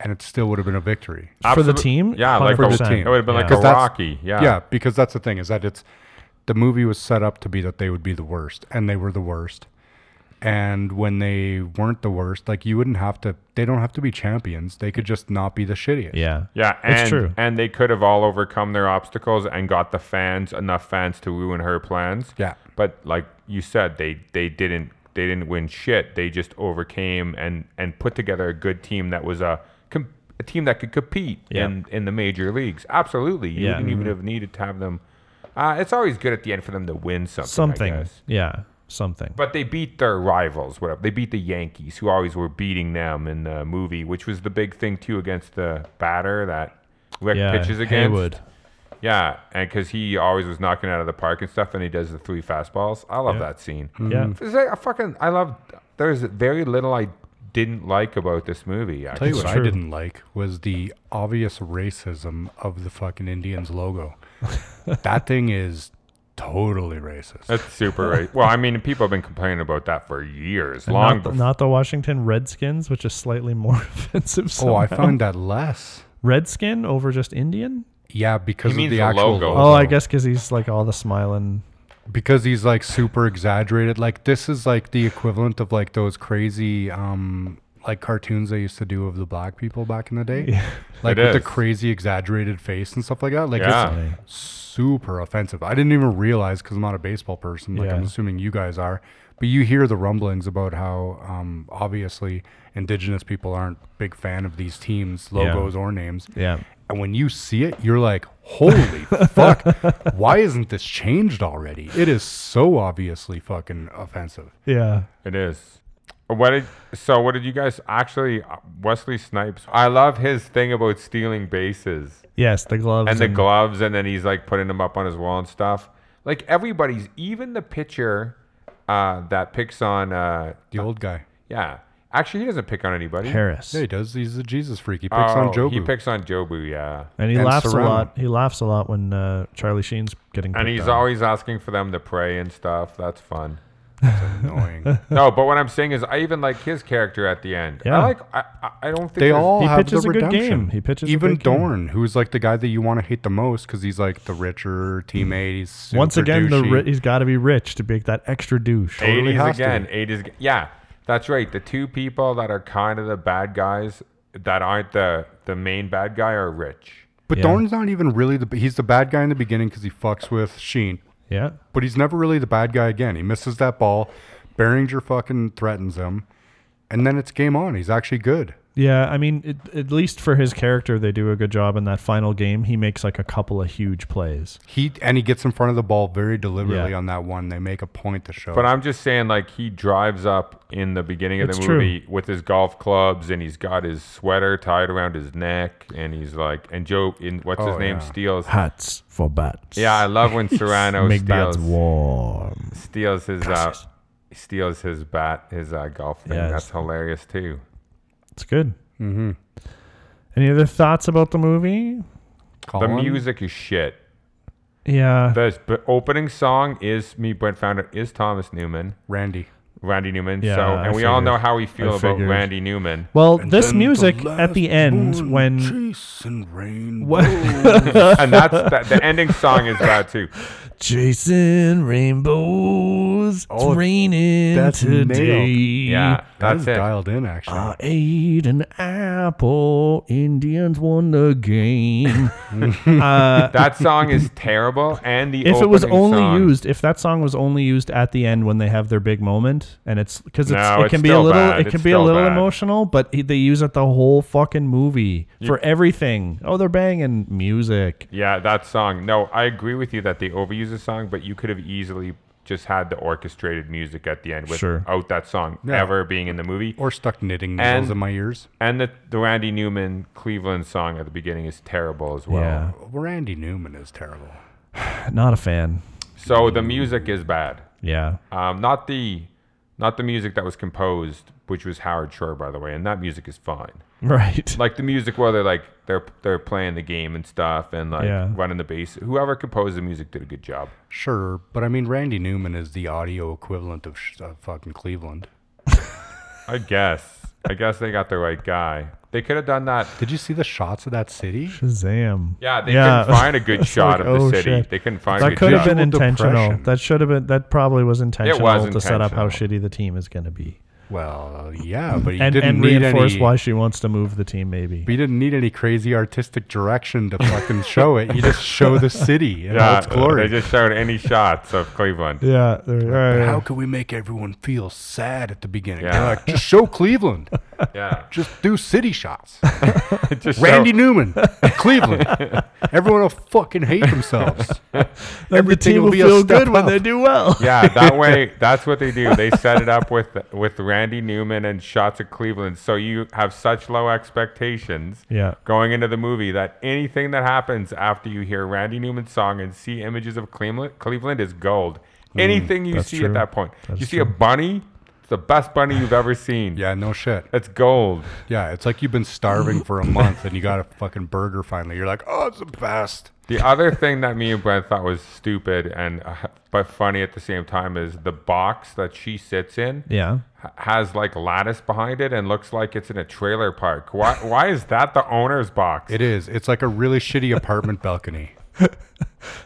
S3: and it still would have been a victory.
S1: for the
S2: Absolute-
S1: team,
S2: Yeah, like a-
S1: 100%.
S3: For the team.
S2: It would have been like
S1: Yeah.
S2: a
S3: 'Cause that's-
S2: Rocky. Yeah.
S3: because that's the thing is that it's the movie was set up to be that they would be the worst, and they were the worst. And when they weren't the worst, like you wouldn't have to. They don't have to be champions. They could just not be the shittiest.
S1: yeah,
S2: Yeah, and,
S1: It's true.
S2: and they could have all overcome their obstacles and got the fans enough fans to ruin her plans.
S3: Yeah.
S2: But like you said, they they didn't they didn't win shit. They just overcame and and put together a good team that was a com- a team that could compete
S1: Yeah.
S2: in in the major leagues. Absolutely. You
S1: Yeah. Mm-hmm.
S2: wouldn't even have needed to have them. Uh, it's always good at the end for them to win something. I
S1: something.
S2: guess.
S1: Yeah, something.
S2: But they beat their rivals. Whatever they beat the Yankees, who always were beating them in the movie, which was the big thing too against the batter that Rick pitches against.
S1: Haywood.
S2: Yeah, and because he always was knocking it out of the park and stuff, and he does the three fastballs. I love that scene.
S1: Yeah.
S2: It's like a fucking. I love. There's very little I didn't like about this movie.
S3: Tell you
S1: It's
S3: what
S1: true.
S3: I didn't like was the obvious racism of the fucking Indians logo. that thing is totally racist.
S2: That's super right. Well, I mean, people have been complaining about that for years, long
S1: Not the,
S2: before.
S1: not the Washington Redskins, which is slightly more offensive.
S3: oh,
S1: Somehow.
S3: I found that less.
S1: Redskin over just Indian.
S3: Yeah, because
S2: means
S3: of the,
S2: the
S3: actual
S2: logo.
S3: logo.
S1: Oh, I guess because he's like all the smiling.
S3: because he's like super exaggerated. Like this is like the equivalent of like those crazy um like cartoons they used to do of the black people back in the day. Like
S2: It
S3: with the
S2: is.
S3: crazy exaggerated face and stuff like that. Like
S2: Yeah.
S3: it's super offensive. I didn't even realize because I'm not a baseball person. Like
S1: Yeah.
S3: I'm assuming you guys are. But you hear the rumblings about how um, obviously indigenous people aren't big fan of these teams, logos or names.
S1: Yeah.
S3: And when you see it, you're like, holy fuck, why isn't this changed already? It is so obviously fucking offensive.
S1: Yeah.
S2: It is. What did so? What did you guys actually? uh, Wesley Snipes. I love his thing about stealing bases
S1: Yes, the gloves.
S2: and the gloves, and then he's like putting them up on his wall and stuff. Like everybody's, even the pitcher uh, that picks on. Uh,
S3: The old guy.
S2: yeah, actually, he doesn't pick on anybody.
S1: Harris.
S3: Yeah, he does. He's a Jesus freak. He
S2: Oh,
S3: picks on Jobu.
S2: He picks on Jobu. Yeah,
S1: And he
S3: and
S1: laughs a
S3: Serrano.
S1: lot. He laughs a lot when uh, Charlie Sheen's getting.
S2: and
S1: picked on.
S2: he's always asking for them to pray and stuff. That's fun.
S3: Annoying.
S2: no, but what I'm saying is, I even like his character at the end.
S1: Yeah.
S2: I like. I, I- I don't think
S3: they
S2: there's-
S3: all
S1: He
S3: have
S1: pitches
S3: the
S1: a good
S3: redemption.
S1: game. He pitches a
S3: even
S1: good game.
S3: Dorn, who's like the guy that you want to hate the most because he's like the richer teammate. He's super
S1: Mm. Once again, the
S3: douchey.
S1: ri- he's got to be rich to make that extra douche.
S3: Totally
S2: 80s
S3: has to
S2: again.
S3: be.
S2: 80s. ag- Yeah, that's right. The two people that are kind of the bad guys that aren't the the main bad guy are rich.
S3: but
S1: Yeah.
S3: Dorn's not even really the. He's the bad guy in the beginning because he fucks with Sheen,
S1: Yeah.
S3: but he's never really the bad guy again. He misses that ball. Behringer fucking threatens him, and then it's game on. He's actually good.
S1: Yeah, I mean, it, at least for his character, they do a good job in that final game. He makes like a couple of huge plays.
S3: He and he gets in front of the ball very deliberately
S1: Yeah.
S3: on that one. They make a point to show.
S2: But I'm just saying, like he drives up in the beginning of
S1: It's
S2: the
S1: true.
S2: movie with his golf clubs, and he's got his sweater tied around his neck, and he's like, and Joe, in what's his
S3: Oh,
S2: name,
S3: yeah.
S2: steals.
S1: Hats for bats.
S2: Yeah, I love when Serrano
S1: Make bats
S2: steals
S1: warm.
S2: steals his uh,
S1: Glasses.
S2: steals his bat, his uh, golf thing.
S1: Yes.
S2: That's hilarious too.
S1: It's good. Mm-hmm. Any other thoughts about the movie?
S2: The
S3: Colin?
S2: music is shit.
S1: Yeah.
S2: The b- opening song is me, Brent Founder, is Thomas Newman,
S3: Randy.
S2: Randy Newman.
S1: Yeah,
S2: so,
S1: I
S2: and we all
S1: figured.
S2: know how we
S1: I
S2: feel about
S1: figured.
S2: Randy Newman.
S1: well, this music at the end when
S3: chase and rain.
S2: and that's the, the ending song is bad too.
S1: chasing rainbows,
S3: Oh,
S1: it's raining
S3: that's nailed.
S1: today.
S2: Yeah,
S3: That's
S2: that's it.
S3: dialed in actually.
S1: I ate an apple. Indians won the game. uh,
S2: That song is terrible. And the
S1: if it was
S2: opening
S1: only
S2: song-
S1: used, if that song was only used at the end when they have their big moment, and it's because it's,
S2: No,
S1: it can
S2: it's
S1: be a
S2: still
S1: little,
S2: bad.
S1: it can
S2: It's
S1: be a
S2: still
S1: little
S2: bad.
S1: emotional, but he, they use it the whole fucking movie for everything. Oh, they're banging music.
S2: yeah, that song. No, I agree with you that they overuse the song, but you could have easily just had the orchestrated music at the end without
S1: Sure.
S2: that song
S3: Yeah.
S2: ever being in the movie.
S3: or stuck knitting needles
S2: And-
S3: in my ears.
S2: and the, the Randy Newman Cleveland song at the beginning is terrible as well.
S1: Yeah.
S3: Randy Newman is terrible.
S1: Not a fan.
S2: So the music is bad.
S1: Yeah,
S2: Um, not the not the music that was composed, which was Howard Shore, by the way, and that music is fine.
S1: right.
S2: Like the music where they're like they're they're playing the game and stuff and like
S1: Yeah.
S2: running the bass. Whoever composed the music did a good job.
S3: Sure, but I mean Randy Newman is the audio equivalent of sh- uh, fucking Cleveland.
S2: I guess. I guess they got the right guy. They could have done that.
S3: Did you see the shots of that city?
S1: Shazam.
S2: Yeah, they
S1: Yeah.
S2: couldn't find a good
S1: It's
S2: shot
S1: like,
S2: of the
S1: oh,
S2: city.
S1: shit.
S2: They couldn't find a
S1: That
S2: good
S1: could have
S2: shot.
S1: been
S3: Visual
S1: intentional.
S3: depression.
S1: That should have been. That probably was intentional to set up how
S2: intentional.
S1: shitty the team is going to be,
S3: Well, yeah, but he
S1: and
S3: didn't
S1: and
S3: need
S1: reinforce
S3: any.
S1: why she wants to move the team. Maybe.
S3: He didn't need any crazy artistic direction to fucking show it. You just show the city in all its glory.
S2: They just showed any shots of Cleveland.
S1: yeah. they're- all right.
S3: How can we make everyone feel sad at the beginning?
S2: Yeah.
S3: They're like, just show Cleveland.
S2: Yeah.
S3: Just do city shots.
S2: Just
S3: Randy
S2: show-
S3: Newman, Cleveland. Everyone will fucking hate themselves.
S1: Then the
S3: everything
S1: team
S3: will
S1: will
S3: be a
S1: feel
S3: step
S1: good when
S3: up.
S1: they do well.
S2: Yeah, that way. That's what they do. They set it up with with Randy Newman and shots of Cleveland. So you have such low expectations.
S1: Yeah.
S2: Going into the movie, that anything that happens after you hear Randy Newman's song and see images of Cleveland, Cleveland is gold. Anything you
S1: Mm, that's
S2: see
S1: true.
S2: at that point,
S1: That's
S2: you see a
S1: true.
S2: bunny, it's the best bunny you've ever seen.
S3: Yeah, no shit.
S2: It's gold.
S3: Yeah, it's like you've been starving for a month and you got a fucking burger finally. You're like, oh, it's the best.
S2: The other thing that me and Brent thought was stupid and uh, but funny at the same time is the box that she sits in.
S1: Yeah.
S2: h- has like lattice behind it and looks like it's in a trailer park. Why why is that the owner's box?
S3: It is. It's like a really shitty apartment balcony.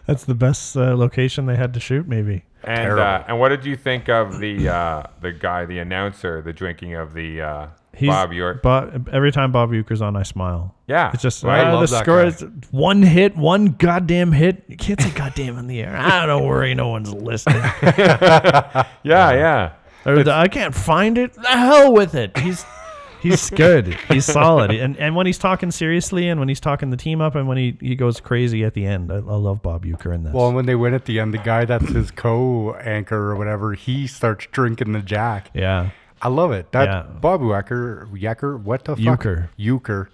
S1: That's the best uh, location they had to shoot, maybe.
S2: and
S3: terrible.
S2: uh, and what did you think of the uh, the guy, the announcer, the drinking of the uh, Bob York?
S1: Bo- every time Bob Euchre's on, I smile.
S2: Yeah,
S1: It's just,
S2: right?
S1: ah,
S3: I love
S1: the
S3: that
S1: score
S3: guy.
S1: is one hit, one goddamn hit. You can't say goddamn in the air. I don't worry. No one's listening.
S2: yeah, yeah.
S1: Or the, I can't find it. The hell with it. He's He's good. He's solid. And and when he's talking seriously, and when he's talking the team up, and when he, he goes crazy at the end, I, I love Bob Euchre in this.
S3: Well, and when they win at the end, the guy that's his co-anchor or whatever, he starts drinking the Jack.
S1: yeah,
S3: I love it. That
S1: Yeah.
S3: Bob Wacker, Yacker, what the fuck?
S1: Euchre.
S3: Euchre.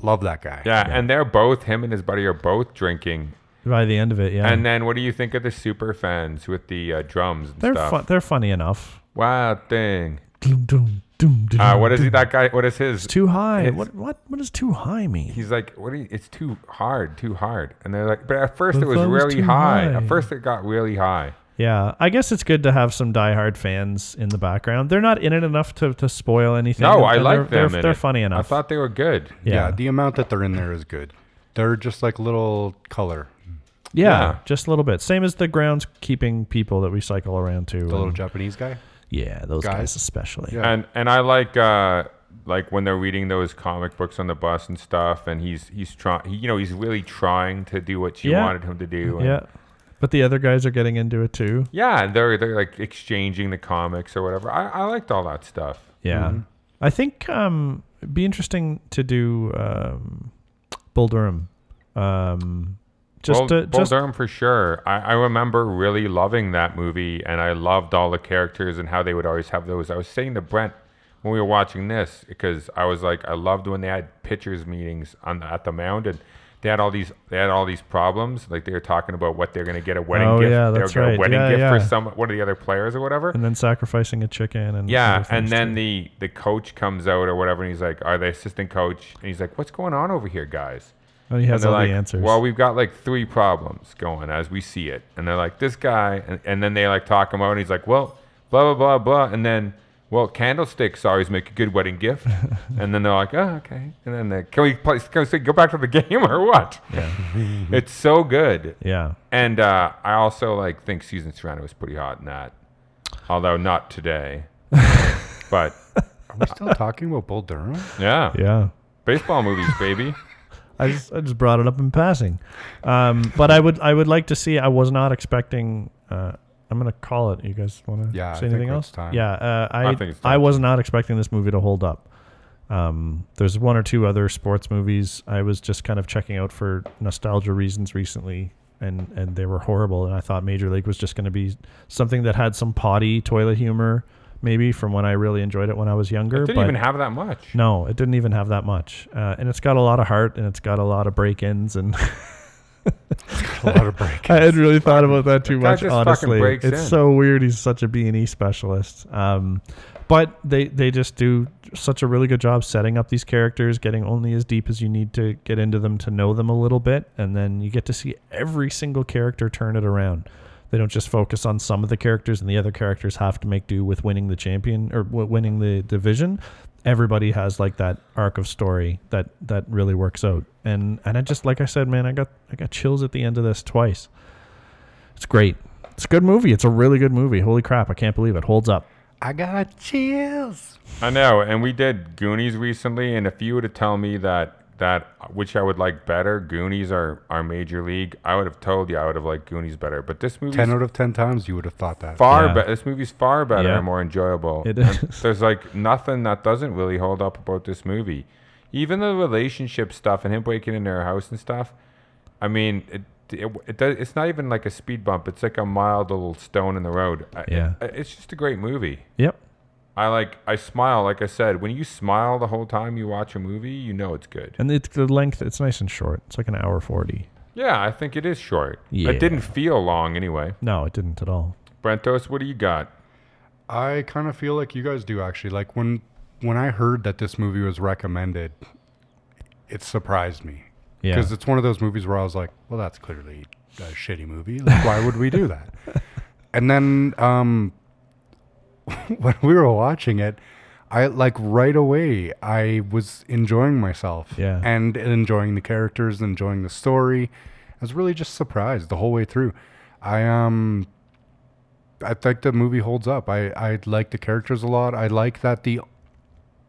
S3: Love that guy.
S2: Yeah, and they're both him and his buddy are both drinking.
S1: by the end of it, yeah,
S2: And then what do you think of the super fans with the uh, drums and
S1: they're
S2: stuff?
S1: fun. They're funny enough.
S2: Wow, thing.
S1: Doom, doom, doom, doom,
S2: Uh, what is
S1: doom.
S2: he, that guy? What is his?
S1: Too high.
S2: It's-
S1: What what what does too high mean?
S2: He's like, what? Are you, it's too hard, too hard. And they're like, but at first
S1: The
S2: it was
S1: thumb's
S2: really
S1: too
S2: high.
S1: high.
S2: At first it got really high.
S1: Yeah, I guess it's good to have some diehard fans in the background. They're not in it enough to, to spoil anything.
S2: No,
S1: They're-
S2: I
S1: they're-
S2: like
S1: they're,
S2: them.
S1: They're,
S2: in
S1: they're
S2: it.
S1: funny enough.
S2: I thought they were good.
S1: yeah.
S3: Yeah,
S1: Yeah,
S3: the amount that they're in there is good. They're just like little color,
S2: yeah.
S1: just a little bit. Same as the groundskeeping people that we cycle around to.
S3: the little
S1: and-
S3: Japanese guy.
S1: yeah, those guys,
S3: guys.
S1: especially.
S3: Yeah.
S2: And and I like uh like when they're reading those comic books on the bus and stuff, and he's he's trying, he, you know, he's really trying to do what she
S1: Yeah.
S2: wanted him to do. and-
S1: Yeah. But the other guys are getting into it too.
S2: Yeah, and they're they're like exchanging the comics or whatever. I, I liked all that stuff.
S1: Yeah. I think um, it'd be interesting to do um, Bull Durham. Um, just
S2: Bull,
S1: to,
S2: Bull
S1: just,
S2: Durham for sure. I, I remember really loving that movie, and I loved all the characters and how they would always have those. I was saying to Brent when we were watching this because I was like, I loved when they had pitchers meetings on the, at the mound and. They had all these. They had all these problems. Like they were talking about what they're going to get a wedding
S1: Oh,
S2: gift.
S1: yeah,
S2: they were
S1: that's
S2: gonna
S1: right.
S2: A wedding
S1: Yeah,
S2: gift
S1: yeah.
S2: for some one of the other players or whatever.
S1: and then sacrificing a chicken and
S2: Yeah,
S1: other
S2: and
S1: things,
S2: then
S1: too.
S2: the the coach comes out or whatever, and he's like, "Are the assistant coach?" And he's like, "What's going on over here, guys?"
S1: and he
S2: And
S1: has
S2: they're
S1: all
S2: like,
S1: the answers.
S2: Well, we've got like three problems going as we see it, and they're like, "This guy," and, and then they like talk him out, and he's like, "Well, blah blah blah blah," and then. Well, candlesticks always make a good wedding gift, and then they're like, "Oh, okay." And then they, can we play, can we say, go back to the game or what? Yeah. it's so good,
S1: yeah.
S2: and uh, I also like think Susan Sarandon was pretty hot in that, although not today. but
S3: Are we still talking about Bull Durham?
S2: yeah.
S1: Yeah.
S2: baseball movies, baby.
S1: I just, I just brought it up in passing. Um, but I would I would like to see. I was not expecting. Uh, I'm gonna call it. You guys want to
S3: Yeah, I
S1: say
S3: think
S1: anything
S3: it's
S1: else?
S3: time.
S1: Yeah, uh, I I,
S2: I think it's time.
S1: was not expecting this movie to hold up. Um, there's one or two other sports movies I was just kind of checking out for nostalgia reasons recently, and and they were horrible. And I thought Major League was just going to be something that had some potty toilet humor, maybe from when I really enjoyed it when I was younger.
S2: Didn't
S1: but
S2: even have that much.
S1: no, it didn't even have that much, uh, and it's got a lot of heart, and it's got a lot of break-ins, and
S3: A lot of break.
S1: I hadn't really thought about that too
S2: guy
S1: much.
S2: just fucking
S1: Honestly, it's
S2: breaks in.
S1: so weird. He's such a B and E specialist, um, but they they just do such a really good job setting up these characters, getting only as deep as you need to get into them to know them a little bit, and then you get to see every single character turn it around. They don't just focus on some of the characters, and the other characters have to make do with winning the champion or w- winning the division. Everybody has like that arc of story that that really works out, and and I just like I said, man, I got I got chills at the end of this twice. It's great. It's a good movie. It's a really good movie. Holy crap! I can't believe it holds up.
S3: I got chills.
S2: I know, and we did Goonies recently, and if you were to tell me that that which I would like better, Goonies or our Major League, I would have told you I would have liked Goonies better. But this movie's
S3: Ten out of ten times you would have thought that.
S2: far
S1: Yeah.
S2: better. This movie's far better
S1: Yeah.
S2: and more enjoyable.
S1: It
S2: And
S1: is.
S2: There's like nothing that doesn't really hold up about this movie. Even the relationship stuff and him breaking into her house and stuff. I mean, it it, it does, it's not even like a speed bump. It's like a mild little stone in the road. I-
S1: Yeah.
S2: I- it's just a great movie.
S1: Yep.
S2: I like I smile like I said. When you smile the whole time you watch a movie, you know it's good.
S1: And it's the length. It's nice and short. It's like an hour forty.
S2: Yeah, I think it is short.
S1: Yeah.
S2: It didn't feel long anyway.
S1: No, it didn't at all.
S2: Brentos, what do you got?
S3: I kind of feel like you guys do actually. Like when when I heard that this movie was recommended, it surprised me
S1: Yeah.
S3: because it's one of those movies where I was like, "Well, that's clearly a shitty movie. Like, why would we do that?" And then um, when we were watching it, I like right away I was enjoying myself
S1: Yeah.
S3: and enjoying the characters, enjoying the story. I was really just surprised the whole way through. I um I think the movie holds up. I I like the characters a lot. I like that the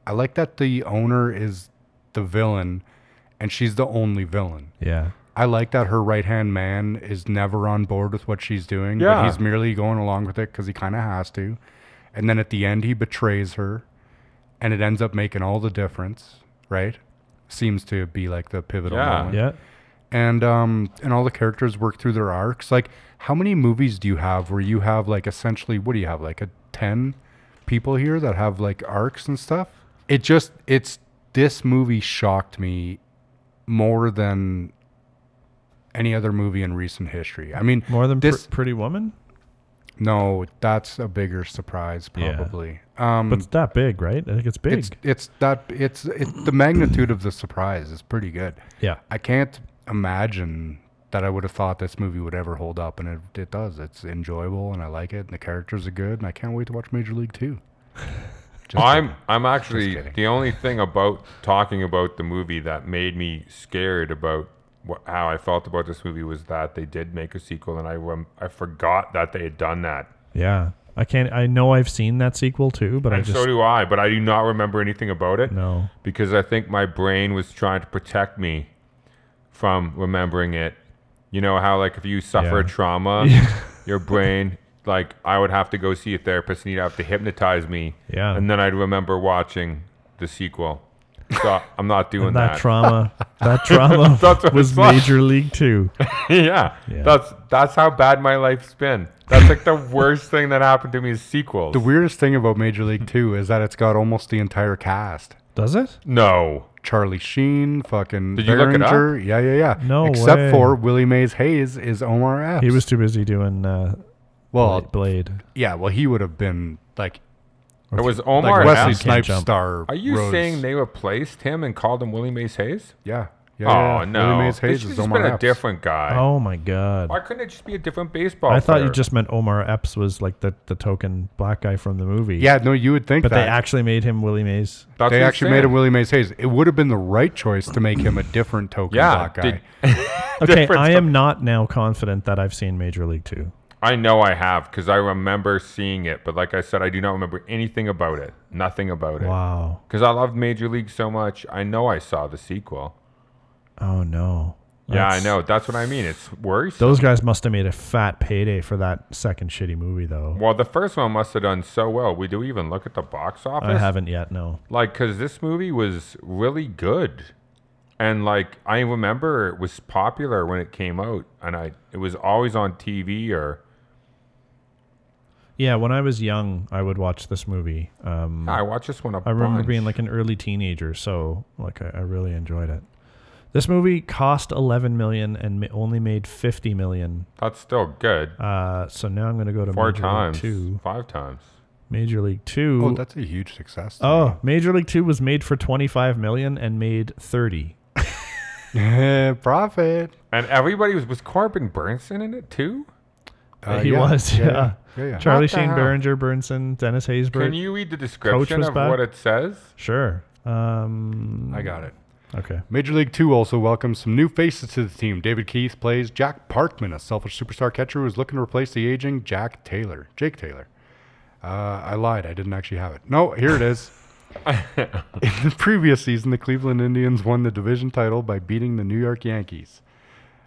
S3: I like that the owner is the villain and she's the only villain.
S1: yeah.
S3: I like that her right hand man is never on board with what she's doing,
S2: Yeah.
S3: but he's merely going along with it because he kind of has to. And then at the end, he betrays her. and it ends up making all the difference, right? Seems to be like the pivotal
S2: Yeah.
S3: moment.
S1: Yeah.
S3: And um and all the characters work through their arcs. Like how many movies do you have where you have like essentially what do you have like a 10 people here that have like arcs and stuff? It just it's this movie shocked me more than any other movie in recent history. I mean,
S1: More than Pr-
S3: this
S1: Pretty Woman,
S3: no, that's a bigger surprise
S1: Yeah.
S3: probably. Um
S1: but it's that big, right? I think it's big.
S3: it's it's that it's it, the magnitude of the surprise is pretty good.
S1: yeah.
S3: I can't imagine that I would have thought this movie would ever hold up, and it, it does. It's enjoyable, and I like it, and the characters are good, and I can't wait to watch Major League Two. Just
S2: I'm
S3: kidding.
S2: I'm actually
S3: kidding.
S2: the only thing about talking about the movie that made me scared about what, how I felt about this movie was that they did make a sequel, and I rem- I forgot that they had done that.
S1: Yeah. I can't. I know I've seen that sequel too, but I
S2: And
S1: just
S2: so do I, but I do not remember anything about it.
S1: no.
S2: because I think my brain was trying to protect me from remembering it. You know how like if you suffer a
S1: Yeah.
S2: trauma, your brain like I would have to go see a therapist and he'd have to hypnotize me.
S1: Yeah.
S2: And then I'd remember watching the sequel. So I'm not doing
S1: That,
S2: that.
S1: trauma. that trauma
S2: That's what
S1: was
S2: it's like.
S1: Major League Two.
S2: yeah.
S1: Yeah.
S2: That's that's how bad my life's been. That's like the worst thing that happened to me is sequels.
S3: the weirdest thing about Major League Two is that it's got almost the entire cast.
S1: Does it?
S2: no.
S3: Charlie Sheen, fucking
S2: Did you look it up?
S3: Berenger. Yeah, yeah, yeah.
S1: No
S3: Except
S1: way.
S3: for Willie Mays Hayes is Omar Epps.
S1: He was too busy doing uh,
S3: well,
S1: Blade.
S3: yeah. Well, he would have been like
S2: It was
S3: like
S2: Omar
S3: Wesley
S2: Epps.
S1: Can't
S3: Snipes
S1: jump.
S3: star.
S2: Are you
S3: Rhodes.
S2: saying they replaced him and called him Willie Mays Hayes?
S3: Yeah. Yeah,
S2: Oh
S3: yeah.
S2: no!
S3: Willie Mays Hayes
S2: should
S3: is
S2: just
S3: Omar
S2: been a
S3: Epps.
S2: different guy.
S1: Oh my god.
S2: Why couldn't it just be a different baseball?
S1: I thought you
S2: player?
S1: just meant Omar Epps was like the, the token black guy from the movie.
S3: Yeah, no, you would think
S1: But
S3: that.
S1: they actually made him Willie Mays.
S2: That's
S3: They
S2: what I'm
S3: actually made
S2: saying.
S3: him Willie Mays Hayes. It would have been the right choice to make him a different token
S2: Yeah,
S3: black guy.
S2: did-
S1: Okay,
S2: Different
S1: I
S2: stuff.
S1: am not now confident that I've seen Major League Two.
S2: I know I have because I remember seeing it, but like I said, I do not remember anything about it. Nothing about it.
S1: Wow.
S2: Because I loved Major League so much, I know I saw the sequel.
S1: Oh no.
S2: yeah, I
S1: That's-
S2: know. That's what I mean. It's worse.
S1: Those guys must have made a fat payday for that second shitty movie though.
S2: Well, the first one must have done so well. We do even look at the box office.
S1: I haven't yet, no.
S2: Like, because this movie was really good. And, like, I remember it was popular when it came out. And I it was always on TV or.
S1: Yeah, when I was young, I would watch this movie. Um,
S2: I watched this one a
S1: I remember
S2: bunch.
S1: being like an early teenager, so like I, I really enjoyed it. This movie cost 11 million and ma- only made 50 million.
S2: That's still good.
S1: Uh, so now I'm going to go to
S2: Four
S1: Major
S2: times.
S1: League 2.
S2: Five times.
S1: Major League 2.
S3: oh, that's a huge success.
S1: Oh, Major League 2 was made for 25 million and made 30.
S3: Eh, profit.
S2: And everybody was was Corbin Burnson in it too?
S3: Uh,
S1: he
S3: yeah,
S1: was, yeah.
S3: yeah, yeah.
S1: Charlie
S2: What the
S1: Sheen
S2: hell?
S1: Berenger, Burnson, Dennis Haysbert.
S2: Can you read the description
S1: was
S2: of
S1: back?
S2: what it says?
S1: Sure. Um,
S3: I got it.
S1: okay.
S3: Major League Two also welcomes some new faces to the team. David Keith plays Jack Parkman, a selfish superstar catcher who's looking to replace the aging Jack Taylor, Jake Taylor. Uh, I lied. I didn't actually have it. No, here it is. In the previous season, the Cleveland Indians won the division title by beating the New York Yankees.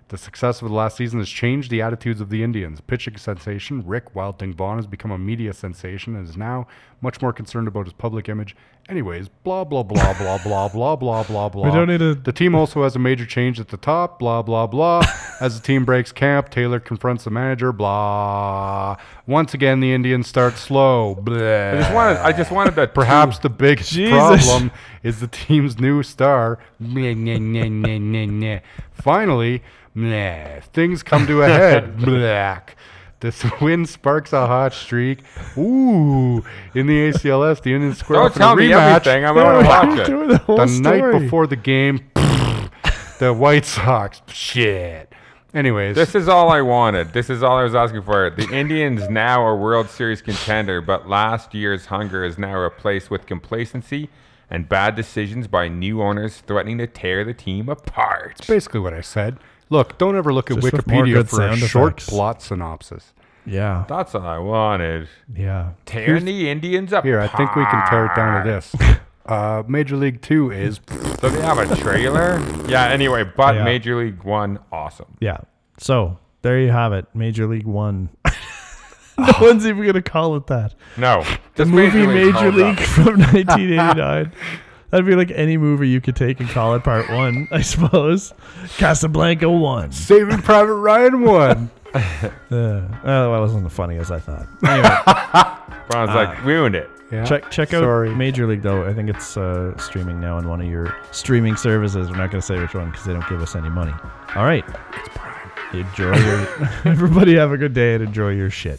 S3: The success of the last season has changed the attitudes of the Indians. Pitching sensation Rick Wild Thing Vaughn has become a media sensation and is now much more concerned about his public image. Anyways, blah blah blah blah blah blah blah blah blah.
S1: don't need to-
S3: The team also has a major change at the top. Blah blah blah. As the team breaks camp, Taylor confronts the manager. Blah. Once again, the Indians start slow. Blah.
S2: I just wanted I just wanted that
S3: Perhaps the biggest
S1: Jesus.
S3: problem is the team's new star. Meh, meh, meh, meh, meh, meh. Finally, meh, things come to a head. Black. This win sparks a hot streak. Ooh! In the ACLS, the Indians square
S2: Don't
S3: off in
S2: tell
S3: a
S2: me
S3: rematch.
S2: everything, I'm gonna watch it.
S1: Doing the whole
S3: the
S1: story.
S3: night before the game, the White Sox. Shit. Anyways,
S2: This is all I wanted. This is all I was asking for. The Indians now are World Series contender, but last year's hunger is now replaced with complacency and bad decisions by new owners threatening to tear the team apart.
S3: basically what I said. Look, don't ever look at
S1: Just with more
S3: Wikipedia
S1: good
S3: for a
S1: sound
S3: short
S1: effects.
S3: plot synopsis.
S1: Yeah.
S2: That's all I wanted.
S1: Yeah.
S2: Tearing the Indians apart.
S3: Here, I think we can tear it down to this. Uh, Major League Two is
S2: So they have a trailer? yeah, anyway, but
S1: Yeah.
S2: Major League One, awesome.
S1: Yeah. So there you have it. Major League One.
S3: Ah.
S8: no one's even gonna call it that.
S2: No.
S8: The
S2: Just
S8: movie Major
S2: holds up.
S8: League from 1989. That'd be like any movie you could take and call it Part One, I suppose. Casablanca One.
S3: Saving Private Ryan one.
S8: Uh, oh, that wasn't as funny as I thought.
S2: Bron's
S3: Ah.
S2: like, ruined it.
S3: Yeah.
S8: Check check out
S3: Sorry.
S8: Major League though. I think it's uh, streaming now on one of your streaming services. We're not going to say which one because they don't give us any money. All right, it's Prime. Enjoy your. everybody have a good day and enjoy your shit.